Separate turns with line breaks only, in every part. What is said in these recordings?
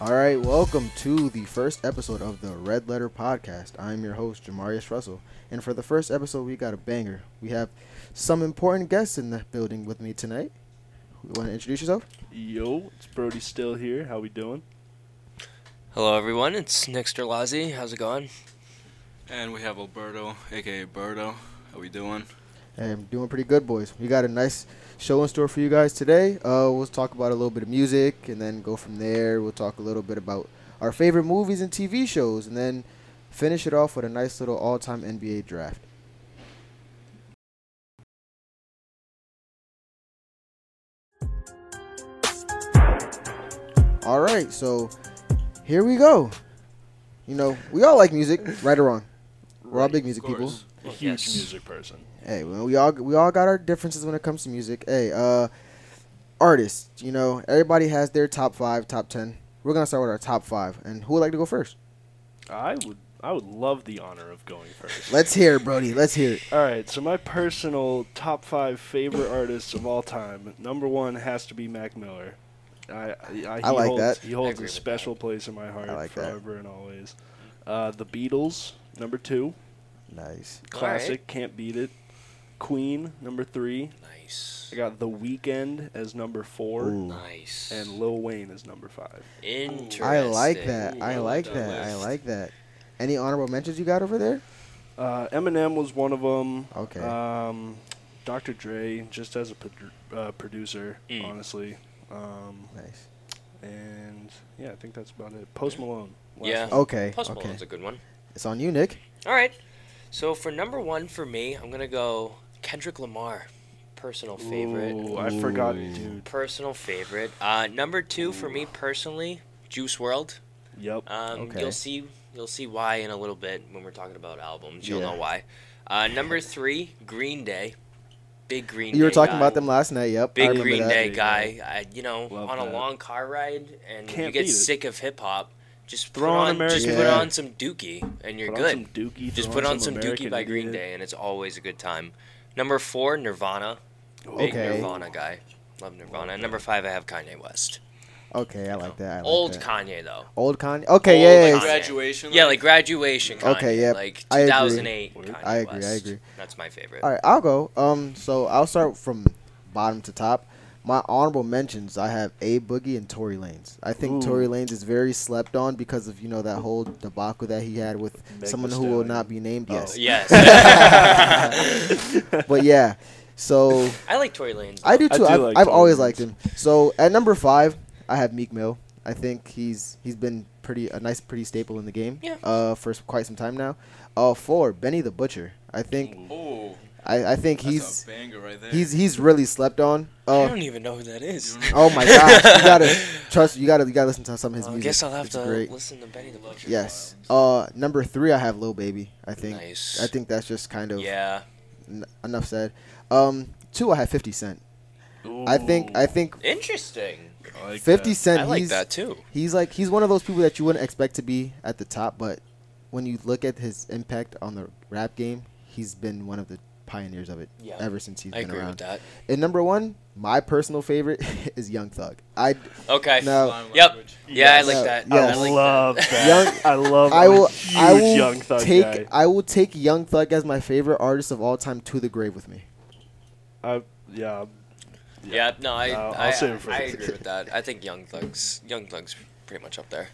All right, welcome to the first episode of the Red Letter Podcast. I'm your host, Jamarius Russell. And for the first episode, we got a banger. We have some important guests in the building with me tonight. You want to introduce yourself?
Yo, it's Brody still here. How we doing?
Hello, everyone. It's Nixter Lazi. How's it going?
And we have Alberto, aka Berto. How we doing?
And doing pretty good, boys. We got a nice show in store for you guys today. Uh, we'll talk about a little bit of music and then go from there. We'll talk a little bit about our favorite movies and TV shows and then finish it off with a nice little all time NBA draft. All right, so here we go. You know, we all like music, right or wrong. We're all big music people.
A
Well,
huge
yes.
music person.
Hey, well, we all we all got our differences when it comes to music. Hey, uh, artists, you know, everybody has their top five, top ten. We're gonna start with our top five, and who would like to go first?
I would I would love the honor of going first.
Let's hear it, Brody. Let's hear it.
All right, so my personal top five favorite artists of all time. Number one has to be Mac Miller. I, I, I, he
I like
holds,
that.
He
I
holds
agree
a
with
special place in my heart
I like that.
forever and always. Uh, the Beatles, number two,
Nice.
classic, can't beat it. Queen, number three.
Nice.
I got The Weeknd as number four,
Ooh.
Nice.
and Lil Wayne as number five.
Interesting.
I like that. I
Ooh,
like
that
that. I
list.
like that. Any honorable mentions you got over there?
Uh, Eminem was one of them.
Okay.
Um, Dr. Dre, just as a produ- uh, producer,
Mm.
honestly. Um,
Nice.
and yeah, I think that's about it. Post Malone. last
Yeah.
one.
Okay.
Post
okay.
Malone's a good one.
It's on you, Nick.
All right. So for number one for me, I'm gonna go Kendrick Lamar. Personal favorite.
Ooh, I forgot,
Ooh.
dude.
Personal favorite. Uh, number two for me personally, Juice World.
Yep.
Um,
Okay.
You'll see. You'll see why in a little bit when we're talking about albums. You'll
Yeah.
know why. Uh, number three, Green Day. Big Green.
You were
Day
talking
guy.
about them last night. Yep. I
Big
remember
Green
that.
Day
Big
guy. I, you know,
Love
on a
that.
long car ride, and you
Can't
get
beat it.
sick of hip hop. Just
Throw
put
on
on, just
American
put
Yeah.
on some Dookie, and you're
Put on
good.
some Dookie.
just
throw
put on some, Dookie
American
by Green
Idiot.
Day, and it's always a good time. Number four, Nirvana. Big
Okay.
Nirvana guy. Love Nirvana. And number five, I have Kanye West.
Okay, I like that. I like
Old
that.
Kanye though.
Old Kanye. Okay,
Old
yeah, yeah,
Kanye.
yeah.
Graduation.
Yeah, like graduation. Kanye.
Okay, yep.
Like
I agree.
2008. Kanye
I agree, I
West.
agree.
That's my favorite.
All right, I'll go. Um, so I'll start from bottom to top. My honorable mentions, I have A Boogie and Tory Lanez. I think
Ooh.
Tory Lanez is very slept on because of you know that whole debacle that he had with
Meg
someone
Thee
who will
Stallion.
not be named.
Oh.
Yes,
Yes.
but yeah. So
I like Tory Lanez.
I do
I
too.
do
I have
like
I've
Tory
always
Lanez.
liked him. So at number five, I have Meek Mill. I think he's he's been pretty a nice pretty staple in the game.
Yeah.
Uh, for s- quite some time now. Uh, four Benny the Butcher. I think
Oh,
I, I think
that's
he's
a banger right there.
He's he's really slept on.
I
Oh,
don't even know who that is.
oh my gosh! You gotta trust. You gotta you gotta listen to some of his
Well, I
music.
guess I'll have
It's
to
great.
listen to Benny the Butcher.
Yes. Uh, number three, I have Lil Baby. I think.
Nice.
I think that's just kind of
Yeah.
n- enough said. Um, two, I have Fifty Cent. I think I think
Interesting.
I like
Fifty
that.
Cent.
I like
he's,
that too.
He's like he's one of those people that you wouldn't expect to be at the top, but when you look at his impact on the rap game, he's been one of the pioneers of it
Yeah.
ever since he's
I
been
agree
around.
with that.
And number one, my personal favorite is Young Thug. I
Okay.
No.
Slime
Yep.
language.
Yeah, I
Yes.
like that.
Yeah.
I
Yes.
like
love
that.
that.
Young-
I love.
I
I'm a
will.
Huge
I will
Young Thug
take.
guy.
I will take Young Thug as my favorite artist of all time to the grave with me.
I, yeah.
Yeah, no, I,
No, I'll
I,
save it for
I
later.
agree with that. I think Young Thug's Young Thug's pretty much up there.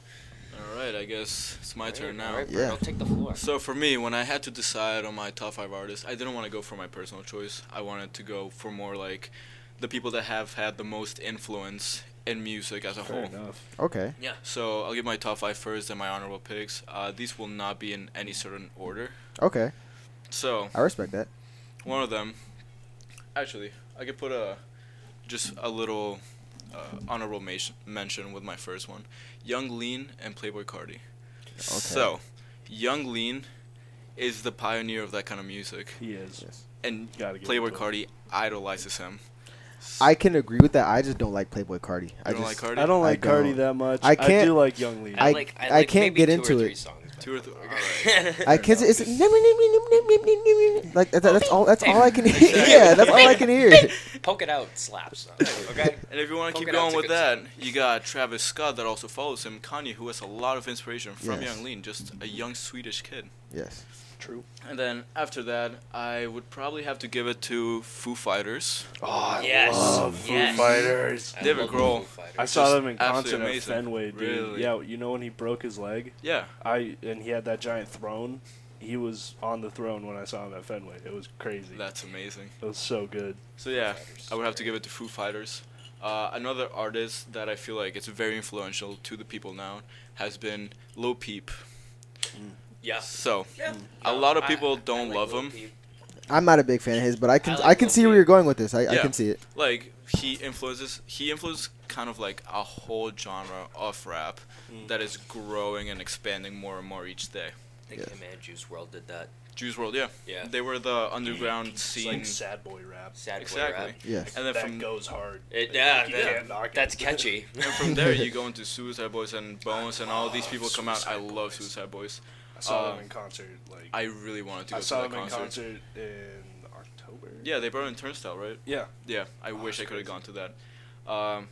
All right, I guess it's my turn
All
now.
right,
Yeah.
I'll take the floor.
So for me, when I had to decide on my top five artists, I didn't want to go for my personal choice. I wanted to go for more like the people that have had the most influence in music as a
Fair
whole.
enough.
Okay.
So I'll give my top five first, and my honorable picks. Uh, these will not be in any certain order.
Okay.
So
I respect that.
one of them, actually, I could put a just a little uh, honorable mation- mention with my first one, Young Lean and Playboy Cardi. So, Young Lean is the pioneer of that kind of music,
He is.
Yes.
and
Gotta give it
Playboy
to him.
Cardi idolizes him.
I can agree with that. I just don't like Playboy Cardi. I
You don't
just.
like Cardi?
I don't like
I
Cardi
don't.
that much.
I
I
can't-
do like Young Lean.
I-
like,
I can't
maybe
get
two or
into
three
it.
songs
Two or three. All right.
I can't. It's like that, that's all. That's all I can hear.
Exactly.
Yeah, that's all I can hear.
Poke it out slaps. Okay.
And if you want to keep
Polka dot's
going
a
with
good
that, you got Travis Scott that also follows him, Kanye, who has a lot of inspiration from
Yes.
Young Lean, just a young Swedish kid.
Yes.
True.
And then after that, I would probably have to give it to Foo Fighters.
Oh, I
Yes.
love Foo
Yes.
Fighters.
I
David
love
Grohl.
Foo Fighters.
I saw
just
them in
absolutely
concert at
amazing.
Fenway, dude.
Really?
Yeah, you know when he broke his leg,
Yeah,
I and he had that giant throne. He was on the throne when I saw him at Fenway. It was crazy.
that's amazing.
it was so good.
So yeah,
Fighters.
I would have to give it to Foo Fighters. Uh, another artist that I feel like it's very influential to the people now has been Lil Peep.
Yeah.
So
Yeah.
a lot of people don't love
Lil
him.
Peep.
I'm not a big fan of his, but I can.
I
I,
like
can
Lil
see where
Peep.
you're going with this. I, I
Yeah.
can see it.
like he influences he influences kind of like a whole genre of rap
Mm.
that is growing and expanding more and more each day.
I think
Yeah.
him and Juice World did that.
Juice World, yeah.
Yeah.
They were the underground
It's
scene.
like sad boy rap.
Sad boy
Exactly.
rap.
Yes.
And then
that
from
goes hard.
It,
Like,
yeah,
you
that-
can't knock it.
that's catchy.
and from there you go into Suicide Boys and Bones and all these people come out. I
Suicide
love
Boys.
Suicide Boys.
I saw
Uh,
them in concert. Like
I really wanted to go
I saw
to that
them in
concert.
concert in October.
Yeah, they brought in Turnstile, right?
Yeah.
Yeah, I wish
Oh,
I
that's
could have gone to that. Um,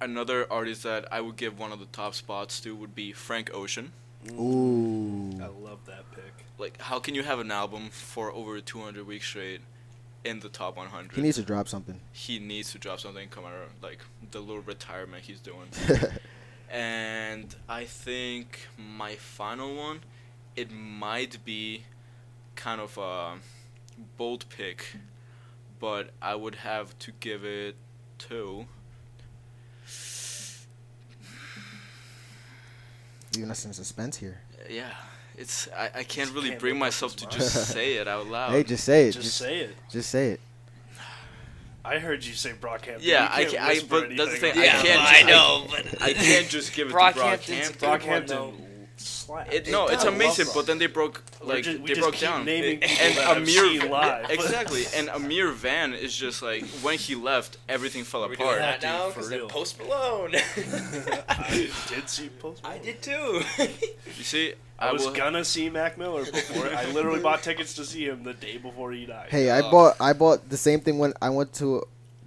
another artist that I would give one of the top spots to would be Frank Ocean.
Ooh.
I love that pick.
Like, how can you have an album for over 200 weeks straight in the top 100?
He needs to drop something.
he needs to drop something come out of like the little retirement he's doing. and I think my final one, it might be kind of a bold pick, but I would have to give it to
Leaving us in suspense here.
yeah. It's I, I can't really
can't
bring
make up
myself
his
to
mind.
just say it out loud.
Hey, just say it.
Just
Just,
say it.
just say it.
I heard you say Brockhampton.
Yeah,
You
I
can't
ca- I-
whisper
but that's the
anything
thing,
like
I
that.
can't
well,
ju- I-
but
I can't just give it to
Brockhampton's
Brockhampton.
a good one, though.
Brockhampton slaps.
It, no, it's
does.
amazing, but then they broke
We're
like
ju- we
they
just
broke
keep
down.
naming people
and
that I've
Amir
seen live.
exactly, and Amir Van is just like when he left, everything fell
Are we doing
apart.
that
Dude,
now?
for
Because they're
real.
Post Malone.
I did see Post.
I
Malone.
did too.
You see,
I was
will-
gonna see Mac Miller before. I literally bought tickets to see him the day before he died.
Hey, I
Uh,
bought. I bought the same thing when I went to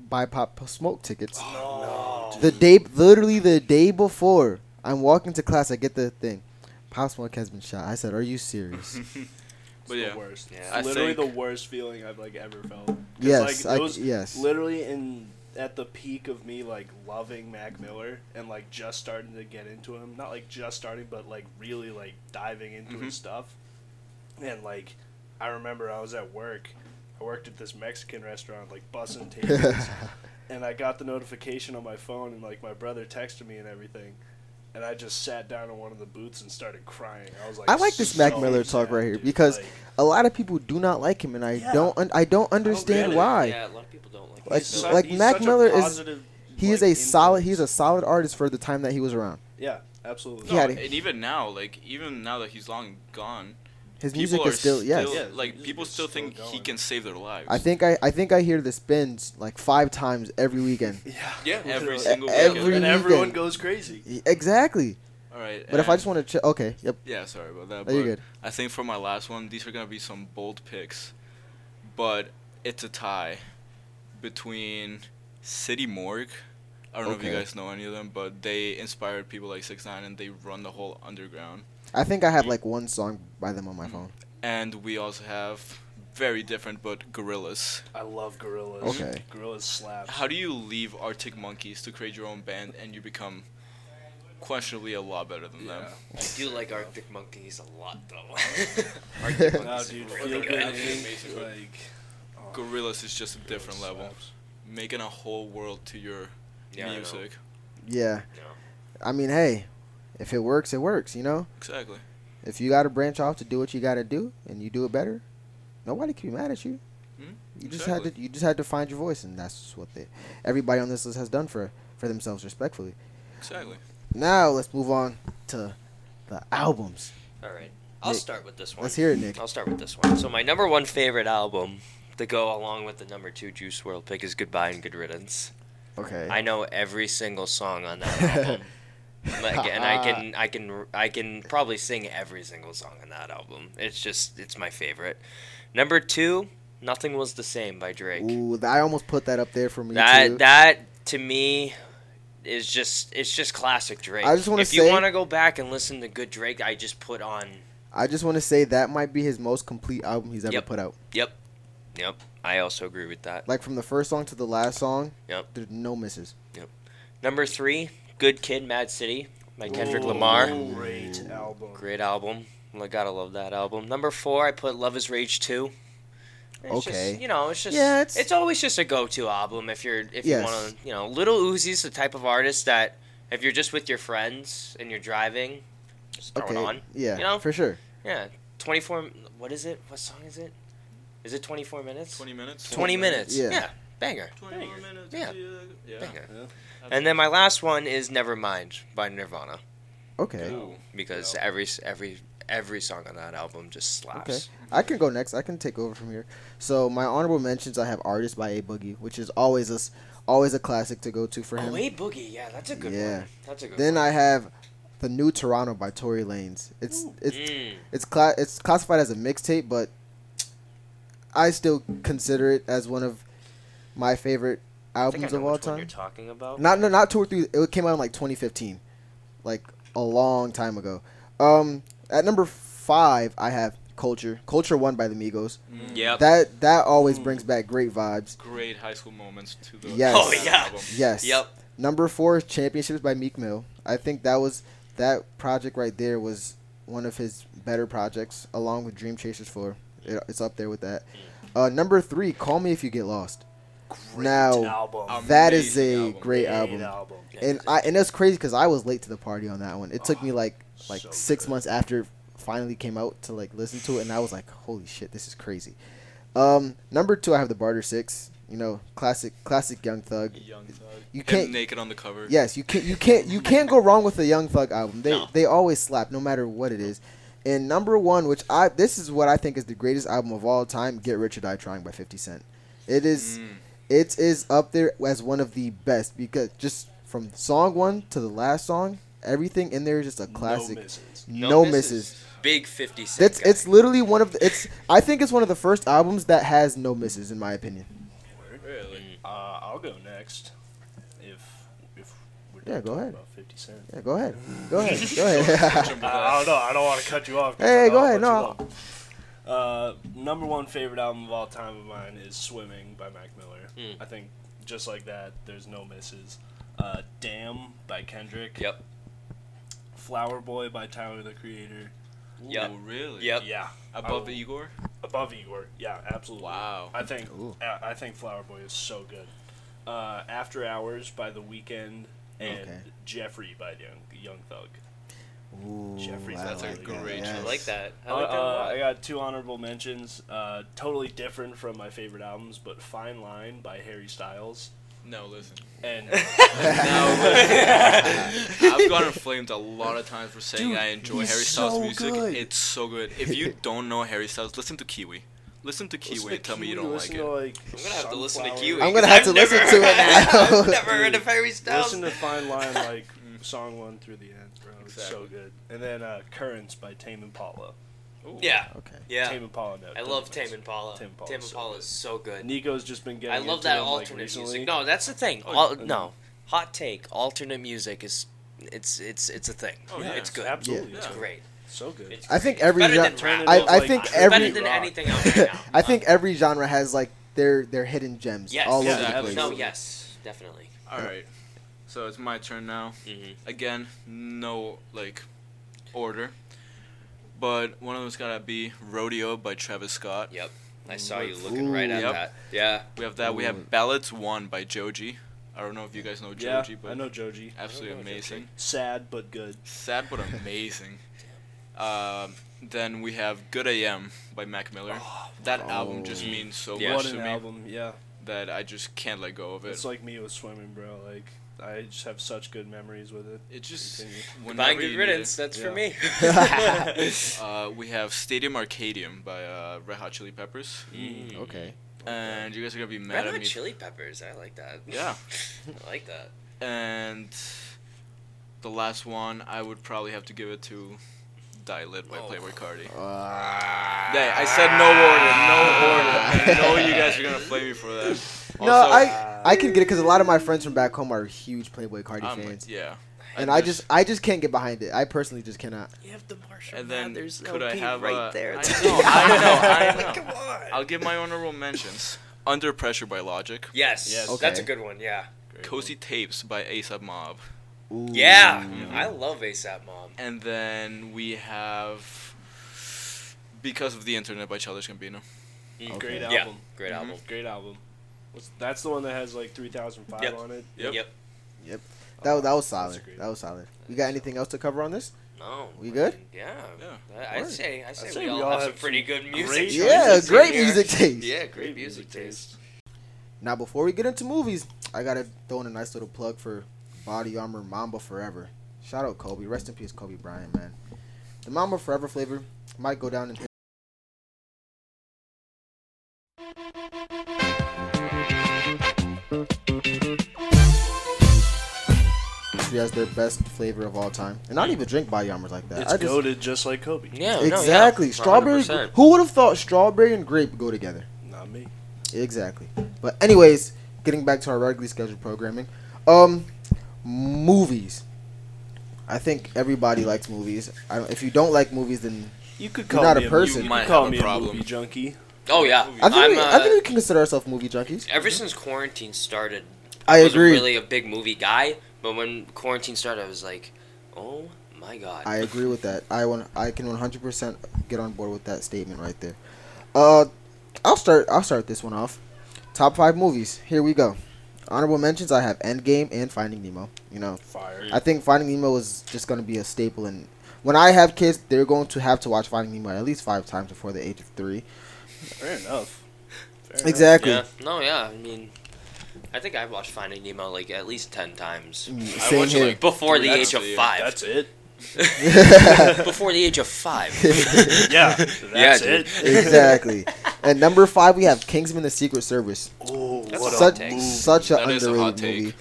buy pop smoke tickets.
no.
The day, literally the day before, I'm walking to class. I get the thing. Pop Smoke has been shot. I said, "Are you serious?"
but
It's
yeah,
the worst.
Yeah.
I
It's literally
think-
the worst feeling I've like ever felt. 'Cause,
yes,
like,
I,
it was
yes.
literally in at the peak of me like loving Mac Miller and like just starting to get into him. Not like just starting, but like really like diving into
Mhm.
his stuff. And like, I remember I was at work. I worked at this Mexican restaurant, like bussing tables, and I got the notification on my phone, and like my brother texted me and everything. And I just sat down in one of the booths and started crying. I was like,
I like this Mac
so
Miller talk
sad,
right here
dude.
because
Like,
a lot of people do not like him, and I
Yeah.
don't. Un- I don't understand
really?
why.
Yeah, a lot of people don't like.
Like-
Post
su-
Malone.
like-
he's
Mac
such a
Miller is-
positive,
He is
like,
a solid. He's a
influence.
solid artist for the time that he was around.
yeah, absolutely.
he had
and
it.
even now, like even now that he's long gone,
His
people
music
are
is still, yes.
Yeah, his
like
music
people
is
still
still
think he
going.
can save their lives.
I think I. I think I hear the spins like five times every weekend.
Yeah.
Yeah, every
Literally.
single
Every-
weekend.
and everyone
weekend.
goes crazy.
exactly.
All right,
But if I
and-
just want to, ch- okay, yep.
yeah, sorry about that.
Oh, you're
but
good.
I think for my last one, these are gonna be some bold picks, but it's a tie between City Morgue. I don't know if you
Okay.
guys know any of them, but they inspired people like Six Nine, and they run the whole underground.
I think I have like one song by them on my phone.
And we also have very different, but Gorillas.
I love gorillas.
Okay.
Gorillas slaps.
How do you leave Arctic Monkeys to create your own band, and you become questionably a lot better than them?
I do like Arctic Monkeys a lot though. Arctic
No,
Monkeys
dude,
are
feel
really
good.
good.
Inc. Like, oh,
Gorillas is just a different
Gorillaz
level,
slaps.
making a whole world to your
Yeah, I know.
music.
Yeah.
No.
I mean, hey, if it works, it works. You know,
Exactly.
if you got to branch off to do what you got to do, and you do it better, nobody can be mad at you.
Mhm,
You just had
exactly.
to. You just had to find your voice, and that's what they, everybody on this list has done for for themselves, respectfully.
Exactly.
Now let's move on to the albums.
All right. I'll
Nick,
start with this one.
Let's hear it, Nick.
I'll start with this one. So my number one favorite album to go along with the number two Juice World pick is Goodbye and Good Riddance.
Okay.
I know every single song on that album. Like, and I can I can I can probably sing every single song on that album. It's just it's my favorite. Number two, Nothing Was the Same by Drake.
Ooh, I almost put that up there for me
that
too.
that to me is just it's just classic Drake.
I just wanna
if
say-
you want to go back and listen to good Drake, I just put on
I just want to say that might be his most complete album he's ever
Yep.
put out.
Yep. Yep. I also agree with that.
Like from the first song to the last song,
Yep.
there's no misses.
Number three, Good Kid, Mad City by Kendrick
Ooh,
Lamar.
Great album.
Great album. I gotta love that album. Number four, I put Love Is Rage two. It's
Okay.
Just, you know, it's just
Yeah, it's-
it's, always just a go to album if you're
Yes.
if you want to you know Little Uzi's the type of artist that if you're just with your friends and you're driving, just throw
Okay,
it on.
yeah,
You know?
for sure.
Yeah, twenty four. What is it? What song is it? Is it twenty four minutes?
20 minutes?
20 minutes.
Yeah.
Yeah. banger.
20 more minutes.
Yeah.
Yeah.
Banger.
Yeah.
And then my last one is Nevermind by Nirvana
Okay,
Ooh.
because
Yeah.
every every every song on that album just slaps.
okay. I can go next. I can take over from here. So my honorable mentions, I have "Artist" by A Boogie, which is always a s- always a classic to go to for him.
Oh, hey, Boogie. Yeah, that's a good
Yeah.
one. That's a good
Then
one.
I have "The New Toronto" by Tory Lanez. It's it's
Mm.
it's cla- it's classified as a mixtape, but I still consider it as one of my favorite
I think I
albums
know
of all
which one
time.
You're talking about.
Not no, not two or three. It came out in like 2015, like a long time ago. Um, at number five, I have Culture. Culture One by the Migos.
Yep.
That that always brings back great vibes.
Mm. Great high school moments to the
Yes.
Oh,
that
yeah.
album.
Yes.
Yep.
Number four is Championships by Meek Mill. I think that was that project right there was one of his better projects, along with Dream Chasers Four. It, it's up there with
Mm.
that. Uh, number three, Call Me If You Get Lost.
Great
Now,
album.
Um,
that is a
Amazing album.
great album. and I and it's crazy because I was late to the party on that one. It took me like like
so
six
good.
months after it finally came out to like listen to it, and I was like, "Holy shit, this is crazy." Um, number two, I have the Barter Six. You know, classic classic Young Thug.
Young Thug.
You
Him
can't-
naked on the cover.
Yes, you can't you can't you can't go wrong with the Young Thug album. They
No.
they always slap no matter what it is. And number one, which I this is what I think is the greatest album of all time, Get Rich or Die Trying by Fifty Cent. It is
Mm.
it is up there as one of the best because just from song one to the last song, everything in there is just a classic.
No misses.
No, misses.
Big 50 Cent.
That's
guy.
it's literally one of the, it's I think it's one of the first albums that has no misses in my opinion.
Really?
Uh, I'll go next. If if we're
Yeah,
done
go
talking
ahead.
About Fifty Cent.
Yeah, go ahead, go ahead, go ahead.
Jump with
I, Uh, I
that.
don't know. I don't want to cut you off. 'cause
Hey,
I
go
know
ahead,
how much you love- Uh, number one favorite album of all time of mine is "Swimming" by Mac Miller.
Mm.
I think just like that, there's no misses. Uh, "Damn" by Kendrick.
Yep.
"Flower Boy" by Tyler the Creator.
Yep.
Ooh, really?
Yep.
Yeah.
Above
I-
Igor?
Above Igor. Yeah, absolutely.
Wow.
I think
Ooh.
I I think Flower Boy is so good. Uh, After Hours by The Weeknd and
Okay.
Jeffrey by Young, Young Thug.
Ooh,
Jeffries,
I
that's a
like
great
that,
choice.
I
yes.
like that. I
Uh,
like that a
uh,
lot.
I got two honorable mentions, uh, totally different from my favorite albums, but Fine Line by Harry Styles
No, listen.
and
No, listen. I've gotten flamed a lot of times for saying
Dude,
I enjoy Harry
he's
Styles
so
music.
good.
It's so good. If you don't know Harry Styles, listen to Kiwi. Listen to Kiwi
listen
and tell me you
Kiwi,
don't like
listen
it.
to, like,
I'm gonna have to listen to
Sunflower.
Kiwi.
I'm gonna
'cause
have to
I've never-
listen to it now.
I've never heard of Harry Styles.
Listen to Fine Line like song one through the end, bro. It's so
Exactly.
good. And then uh, Currents by Tame Impala.
Ooh.
yeah,
Okay.
yeah.
Tame Impala. No,
I
Tame
love
Impala's-
Tame
Tame
Impala. Tame
Impala's
Impala
so
is so good.
Nico's just been getting.
I love
into
that
them, like,
alternate
recently.
music. No, that's the thing.
Oh,
Al-
yeah.
no, hot take. Alternate music is it's it's it's a thing.
Oh, yeah.
It's good.
Absolutely,
Yeah.
It's
yeah.
great.
So good.
It's
I think
great. It's
every
better
gen-
than
Turn
rap.
it
I-
up,
I
like,
think
it's
It's better
every-
than
rock.
anything out there now.
I think every genre has like their their hidden gems
yes.
all
yeah,
over the place.
absolutely.
No, yes, definitely.
All right. So it's my turn now.
Mhm.
Again, no like order. But one of them's gotta be Rodeo by Travis Scott.
Yep. I saw you looking right at
Ooh.
that. Yeah.
We have that. We
Ooh.
have Ballads One by Joji. I don't know if you guys know
yeah,
Joji, but
I know Joji.
absolutely
I don't know Joji.
amazing.
Sad but good.
Sad but amazing. um, then we have Good AM by Mac Miller. that album just
Oh.
means so
Yeah.
much
what
to
an
me
album. Yeah,
that I just can't let go of it.
it's like me with swimming, bro. Like I just have such good memories with it.
it just
Continue.
Buying
whenever
good
you need
riddance.
it.
That's
Yeah.
for me.
Uh, we have Stadium Arcadium by uh, Red Hot Chili Peppers,
Mm.
Okay.
and you guys are gonna be mad
Red
at
Hot
me.
Chili Peppers. I like that.
Yeah.
I like that.
and The last one, I would probably have to give it to Die Lit by
Oh.
Playboy Cardi.
Uh,
Hey, I said no order, no order. I know you guys are gonna flame me for that.
no, I I can get it because a lot of my friends from back home are huge Playboy Cardi
I'm-
fans,
yeah.
and I just I just can't get behind it. I personally just cannot.
You have the Marshall
And then
Mathers
could I
LP
have
right
a-
there.
I know, I know, I
Like,
know.
Come on.
I'll give my honorable mentions. Under Pressure by Logic,
yes,
Yes.
that's a
Okay.
good one. Yeah,
Cozy Tapes by ASAP Mob,
Ooh.
yeah. I love ASAP Mom.
and then we have Because of the Internet by Childish Gambino.
Mm.
Great
Okay.
Yeah.
album. Mm-hmm.
Great
Mm-hmm.
Mhm.
album.
Great album. What's- That's the one that has like 3,005
Yep.
on it.
Yep.
That, that was
That's
solid.
great.
That was solid. You got anything else to cover on this?
No.
We
I
good?
mean, Oh, Yeah.
Yeah.
I- I'd
Word.
say I say,
say
we, all have, some pretty good
great
music.
choices
Yeah,
choices
great
in here.
music taste.
Yeah, great music taste.
Now, before we get into movies, I gotta throw in a nice little plug for Body Armor Mamba Forever. Shout out Kobe. Rest in peace, Kobe Bryant, man. The Mamba Forever flavor might go down in. history as their best flavor of all time, and I don't even drink Body Armors like that.
It's
I just-
goaded just like Kobe.
Yeah. no, yeah,
exactly. Strawberry.
100%.
Who would have thought strawberry and grape go together?
Not me.
Exactly. But anyways, getting back to our regularly scheduled programming. Um movies. I think everybody likes movies. I don't, if you don't like movies then
You could
You're
call
not
me
a
a
person.
You
Might
could call
have a
me
problem.
a movie junkie.
Oh yeah.
I think,
I'm,
we,
uh,
I think we can consider ourselves movie junkies.
ever since quarantine started,
I
wasn't
agree.
really a big movie guy, but when quarantine started, I was like, oh my god.
I agree with that. I want I can 100% get on board with that statement right there. Uh I'll start I'll start this one off. Top 5 movies. Here we go. Honorable mentions I have Endgame and Finding Nemo, you know.
Fire.
I think Finding Nemo is just going to be a staple. And when I have kids, they're going to have to watch Finding Nemo at least five times before the age of three.
Fair enough. Fair enough.
Exactly.
yeah. No, yeah. I mean, I think I watched Finding Nemo like at least ten times
Mm,
I
Same
watched it,
here.
like,
before
three
the
times
age of
a year.
five.
That's it.
before the age of five.
Yeah. That's
dude.
it.
exactly. And number five, we have Kingsman: The Secret Service.
Oh,
That's
what
a
such
hot take.
a move.
such an
That is a
underrated
hot take.
movie.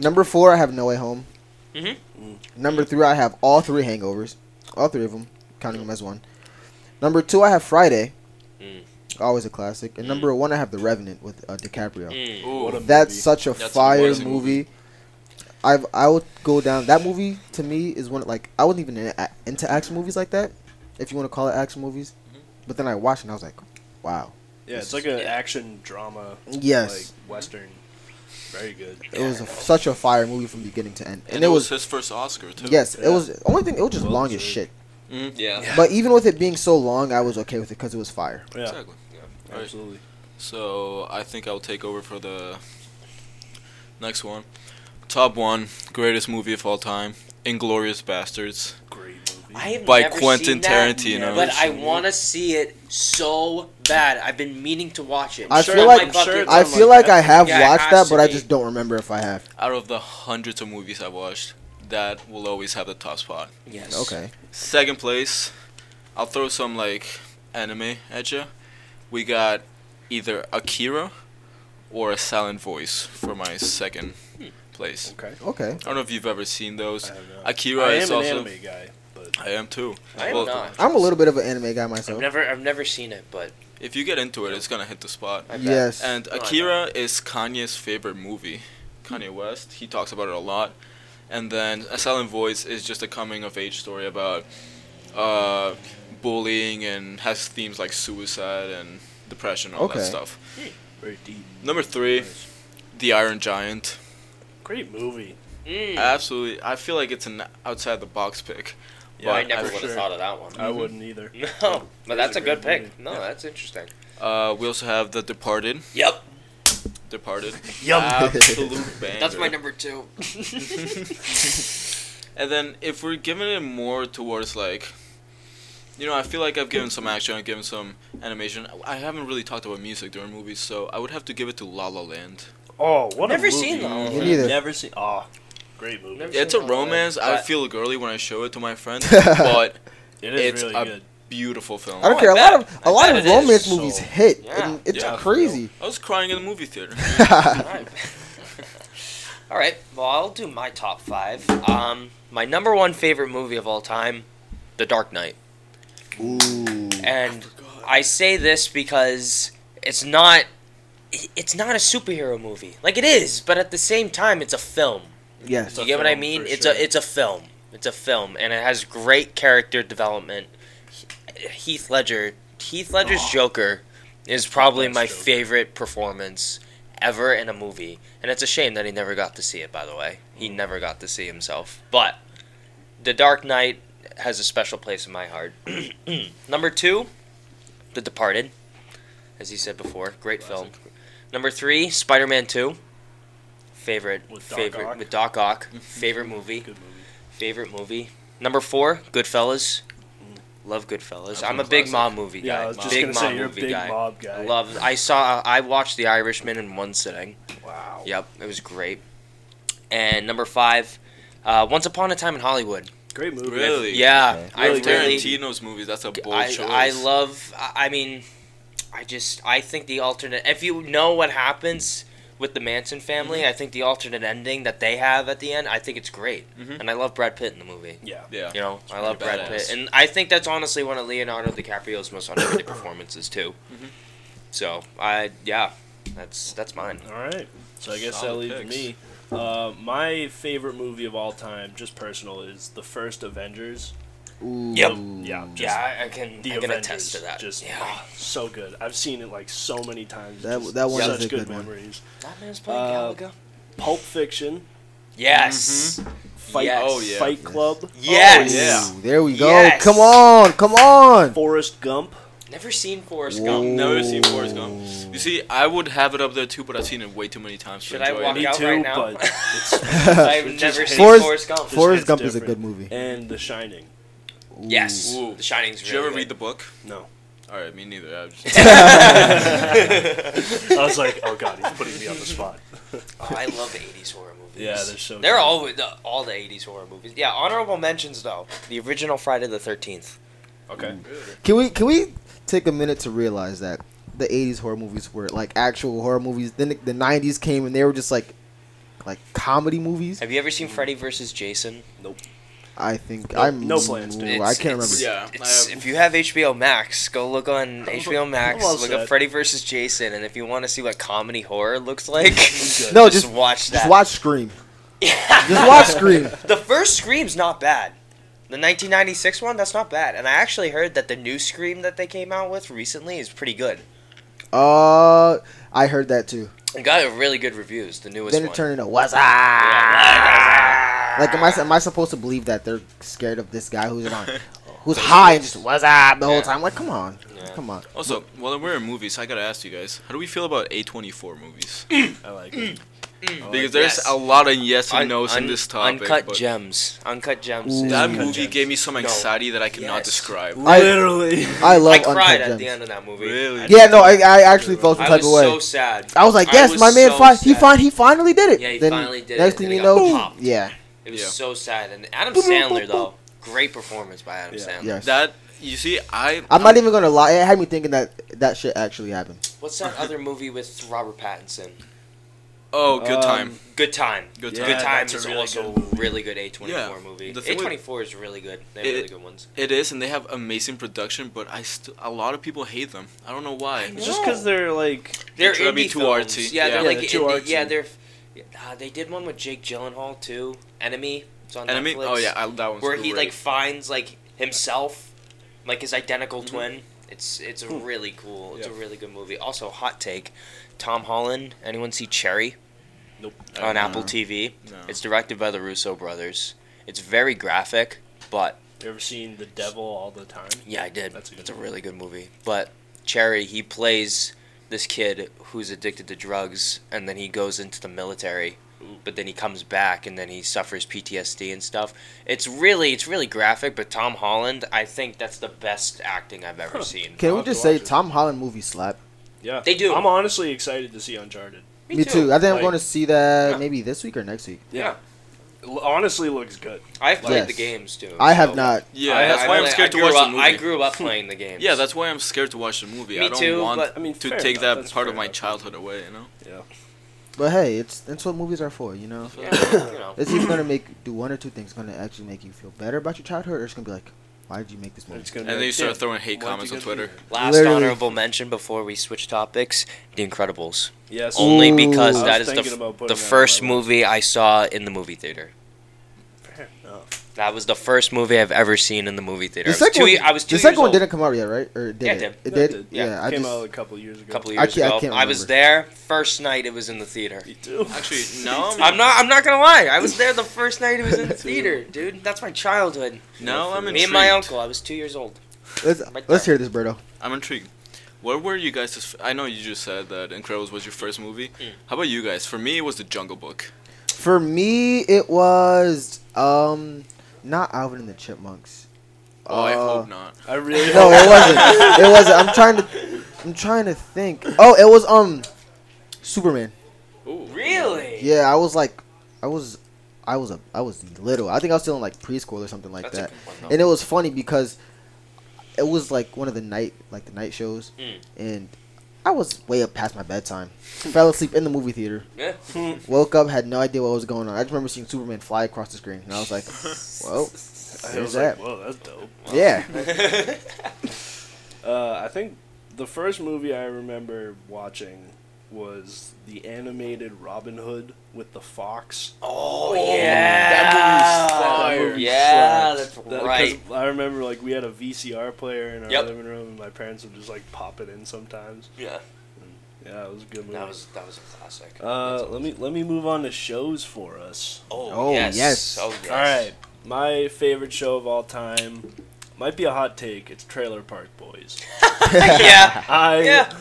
Number four, I have No Way Home.
Mhm.
Mm. Number three, I have all three Hangovers, all three of them, counting them as one. Number two, I have Friday.
Mm.
Always a classic. And number one, I have The Revenant with uh, DiCaprio.
Mm.
Ooh,
What a-
That's
movie.
such a
That's an
fire movie.
amazing movie.
I've I would go down that movie to me is one like I wasn't even in- into action movies like that, if you want to call it action movies. But then I watched and I was like, wow,
Yeah, it's
This
like
is-
an action drama.
Yes.
Like Western. Very good.
it was a, such a fire movie from beginning to end,
And,
and, it was.
his first Oscar too.
Yes,
yeah.
it was. Only thing, it was just
Well
long as
deserved.
shit.
Mhm.
Yeah.
But even with it being so long, I was okay with it because it was fire.
Yeah,
Exactly. All right.
absolutely.
So I think I'll take over for the next one. Top one, greatest movie of all time, Inglorious Bastards.
Great movie.
I have
By
never
Quentin
seen that,
Tarantino.
But I want to see it so bad. I've been meaning to watch it.
I
It's
feel
on
like-
my bucket
sure it's
list.
I
I'm
feel
like,
like I
that's-
have
yeah, it
watched
has
that,
to
but I
be-
just don't remember if I have.
Out of the hundreds of movies I watched, that will always have the top spot.
Yes.
Okay.
Second place, I'll throw some like anime at you. We got either Akira or A Silent Voice for my second place.
Okay.
Okay.
I don't know if you've ever seen those.
Uh,
I don't know.
Akira
I
is
am an
also.
anime guy, but
I am too.
I am
Well,
not.
I'm a little bit of an anime guy
I've
myself.
never, I've never seen it, but
If you get into it, it's gonna hit the spot.
I bet.
Yes.
And
No, I know.
Akira is Kanye's favorite movie. Kanye West, he talks about it a lot. And then A Silent Voice is just a coming of age story about uh, bullying and has themes like suicide and depression, all
Okay.
that stuff.
very deep.
Number three,
Nice.
The Iron Giant.
Great movie.
Mm.
Absolutely, I feel like it's an outside the box pick.
Yeah,
I
but
never would
for
have
sure. Uh,
thought of that one.
I
Mm-hmm.
wouldn't either.
No, but that's a
great
good pick.
movie.
No, that's interesting.
Uh, we also have The Departed.
Yep,
Departed.
Yum.
Absolute banger.
that's my number two.
And then if we're giving it more towards like, you know, I feel like I've given some action, I've given some animation. I haven't really talked about music during movies, so I would have to give it to La La Land.
Oh, what a
Never
movie.
seen that one.
Me neither.
Never seen. Oh, great movie.
Never-
It's a
La La Land,
romance. I
but-
feel girly when I show it to my friends, but
It is
it's
really
a
good.
beautiful film.
I don't
Oh, I
care. A lot
bet.
of a
I
lot
bet
of
it is.
romance
So-
movies hit,
Yeah.
and it's
Yeah,
crazy.
I was crying in the movie theater.
I
All right. All right. Well, I'll do my top five. Um, my number one favorite movie of all time, The Dark Knight.
Ooh.
And I say this because it's not it's not a superhero movie. Like it is, but at the same time it's a film.
Yes.
It's a
you get what I
film,
mean?
for
It's
sure.
a it's a film. It's a film and it has great character development. Heath Ledger, Heath Ledger's Joker is probably
Best
my
Oh. Joker.
favorite performance ever in a movie. And it's a shame that he never got to see it by the way. He
Mm.
never got to see himself. But The Dark Knight has a special place in my heart. Number 2, The Departed. As he said before, great film. Number three, Spider Man Two. Favorite
With Doc
favorite
Ock.
with Doc Ock. Favorite movie.
Good movie.
Favorite movie. Number four, Goodfellas. Love Goodfellas.
That's
I'm
a
a big
classic.
mob movie
Yeah,
guy.
I was just
big
gonna
mob
say you're a
movie
big
guy.
mob guy.
I love. I saw. I watched The Irishman in one sitting.
Wow.
Yep, it was great. And number five, uh, Once Upon a Time in Hollywood.
Great movie.
Really?
Yeah,
Okay.
I
Really,
really
Tarantino's movies. That's a bold
I,
choice.
I love. I I mean, I just I think the alternate. If you know what happens with the Manson family, I think the alternate ending that they have at the end, I think it's great,
Mhm.
and I love Brad Pitt in the movie.
Yeah.
Yeah.
You know, I love Brad
badass.
Pitt, and I think that's honestly one of Leonardo DiCaprio's most underrated performances too.
Mhm.
So I yeah, that's that's mine.
All right. So I guess that
Solid
leaves
picks.
me. Uh, my favorite movie of all time, just personal, is the first Avengers.
Ooh.
Yep.
Yeah, just-
yeah, I, I can
The
I can
Avengers,
attest to that.
Just
yeah,
ah, so good. I've seen it like so many times.
That-
Just
that one
such
is a
good,
good one.
memories.
that man's playing
Uh,
Galaga.
Pulp Fiction,
Yes.
Fight,
Yes.
Oh, yeah.
Fight Club,
Yes.
yeah.
Ooh, there we go.
Yes.
Come on. Come on.
Forrest Gump.
Never seen Forrest
Whoa.
Gump.
Never seen Forrest Gump. You see, I would have it up there too, but I've seen it way too many times. to
Should I
enjoy
walk
it.
Me
out
too,
right now?
but it's
I've
It just
never
hits
seen
Forrest-
Forrest, Gump.
Just
Forrest
hits
Gump is a
different.
good movie.
and The Shining.
Ooh.
Yes,
Ooh.
The Shining's
Did
really
you ever
good.
read the book?
No,
All right, me neither. I was just,
I was like, oh god, he's putting me on the spot.
Oh, I love the '80s horror movies.
Yeah, they're so
They're
good.
always the, all the '80s horror movies. Yeah, honorable mentions though. The original Friday the Thirteenth.
Okay.
Can we can we take a minute to realize that the '80s horror movies were like actual horror movies. Then the, the '90s came and they were just like like comedy movies.
Have you ever seen Freddy vs. Jason?
I think
No-
I'm
no plans, dude.
ooh,
It's-
I can't remember.
it's-
Yeah,
it's-
I have-
if you have HBO Max, go look on HBO Max.
I'm all
Look
set.
up Freddy vs. Jason, and if you want to see what comedy horror looks like,
good.
No,
just
just-
watch that.
Just watch Scream. Just watch Scream.
The first Scream's not bad. The 1996 one, that's not bad. And I actually heard that the new Scream that they came out with recently is pretty good.
Uh, I heard that too.
It got really good reviews, the newest
then
one.
it turned into what's up? Like, am I am I supposed to believe that they're scared of this guy who's on, who's high and just what's up the whole
Yeah.
time? Like, come on,
Yeah.
come on.
also, while we're in movies, I gotta ask you guys, how do we feel about A24 movies?
I like it. I like
Because
it.
there's
yes.
a lot of yes and
Un-
no's
un-
in this topic.
Uncut
but
Gems. Uncut Gems.
Ooh.
is-
That
Uncut
movie
Gems.
gave me some
No.
anxiety that I could not
Yes.
describe.
I-
literally.
I love
I cried
Uncut
at
Gems.
the end of that movie.
Really?
Yeah, no, I, I actually felt some
I
type
was
of way.
so sad.
I was like,
I
yes,
was
my man,
so
fi- he
sad.
fin- he finally did it.
Yeah, he
Then
finally did it,
Next
and
thing
then
you
he got
know,
popped.
yeah,
It was
Yeah.
so sad. And Adam
Boom, boom,
Sandler,
boom, boom.
though. Great performance by Adam
Yeah.
Sandler.
yes.
That you see, I
I'm not even gonna lie. It had me thinking that that shit actually happened.
What's that other movie with Robert Pattinson?
Oh, good
Um,
time.
Good Time.
Good
yeah,
time.
Good Time
that's a
is
really
also
good movie.
really good A24
Yeah,
movie.
the thing with-
A24 is really good. They have
It-
really good ones.
It is, and they have amazing production, but I still a lot of people hate them. I don't know why.
It's just because they're like.
They're
trying to be
indie
too
films.
artsy.
Yeah,
Yeah.
they're
Yeah,
like
they're
indie,
too artsy.
yeah, they're uh, they did one with Jake Gyllenhaal too. Enemy. It's on
Enemy.
Netflix.
Oh yeah, I, that one's
where he
great.
like finds like himself, like his identical twin. It's it's a really cool. It's
Mm-hmm. Hmm. Yeah.
a really good movie. Also, hot take: Tom Holland. Anyone see Cherry
Nope.
on
Uh,
Apple TV?
No.
It's directed by the Russo brothers. It's very graphic, but
You ever seen The Devil All the Time?
yeah, I did.
That's a good
it's a
one.
really good movie. But Cherry, he plays this kid who's addicted to drugs, and then he goes into the military. But then he comes back, and then he suffers PTSD and stuff. It's really, it's really graphic. But Tom Holland, I think that's the best acting I've ever seen.
Can
I'll
we
have to
just say
watch it.
Tom Holland movie slap?
Yeah.
They do.
I'm honestly excited to see Uncharted.
Me, too. I think I'm
Like-
going to see that
Yeah.
maybe this week or next week.
Yeah.
L- honestly, looks good.
I've played
Yes.
the games too.
I have
so-
not.
Yeah,
I-
that's
I
why I'm
play-
scared
I
to
grew
watch
up,
the movie.
I grew up playing the games.
yeah, that's why I'm scared to watch the movie.
Me
I don't
too,
want
but-
I mean,
to
fair
take
enough,
that
that's
part of
fair
my
enough.
childhood away. You know.
Yeah.
But hey, it's that's what movies are for, you know.
Yeah, you know.
It's either gonna make do one or two things. It's gonna actually make you feel better about your childhood, or it's gonna be like, why did you make this movie?
It's gonna
And
be
then
like,
you start
"Damn,
throwing hate
why'd
comments
you
on
go do
Twitter.
that?"
Last
Literally.
honorable mention before we switch topics: The Incredibles.
Yes.
Only
Ooh.
because
I
that is
was
the
thinking about
f-
putting
the
that on
first
my list.
movie I saw in the movie theater. That was the first movie I've ever seen in the movie
The
theater. I was
second
two,
one,
ye- I was two
the
years
second one
old.
didn't come out yet, right? Or did
Yeah,
it?
it
It
That
did.
did.
Yeah, I
came
just
out a couple years ago.
a couple of
I
years
can't- I
ago.
can't
I, was there first night it was in the theater.
Me too.
Actually, no,
I'm not. I'm not gonna lie. I was there the first night it was in the theater, dude. That's my childhood.
now I'm intrigued.
Me and my uncle. I was two years old.
let's
Right
let's hear
there.
this, Berto.
I'm intrigued. What were you guys? Just, I know you just said that Incredibles was your first movie.
Mm.
How about you guys? For me, it was The Jungle Book.
For me, it was um not Alvin and the Chipmunks.
Oh, I
Uh,
hope not.
I really
No,
hope
it wasn't. it wasn't. I'm trying to. I'm trying to think. Oh, it was um, Superman.
Ooh.
Really?
Yeah, I was like, I was, I was a, I was little. I think I was still in like preschool or something like
That's
that.
a good one, though.
and it was funny because it was like one of the night like the night shows
Mm.
and i was way up past my bedtime fell asleep in the movie theater
Yeah.
woke up had no idea what was going on i just remember seeing superman fly across the screen and i was like well
I
there's
was
that
like, whoa, that's dope.
yeah
Uh, I think the first movie I remember watching was the animated Robin Hood with the fox.
oh
that movie's fire.
Yeah, that's
That- 'cause
right.
I remember like we had a VCR player in our
Yep.
living room, and my parents would just like pop it in sometimes.
Yeah,
Yeah, it was a good movie.
that was that was a classic.
uh, let me let me move on to shows for us.
Oh,
Oh,
yes.
yes.
Oh yes.
All right, my favorite show of all time might be a hot take. It's Trailer Park Boys.
yeah.
I
Yeah.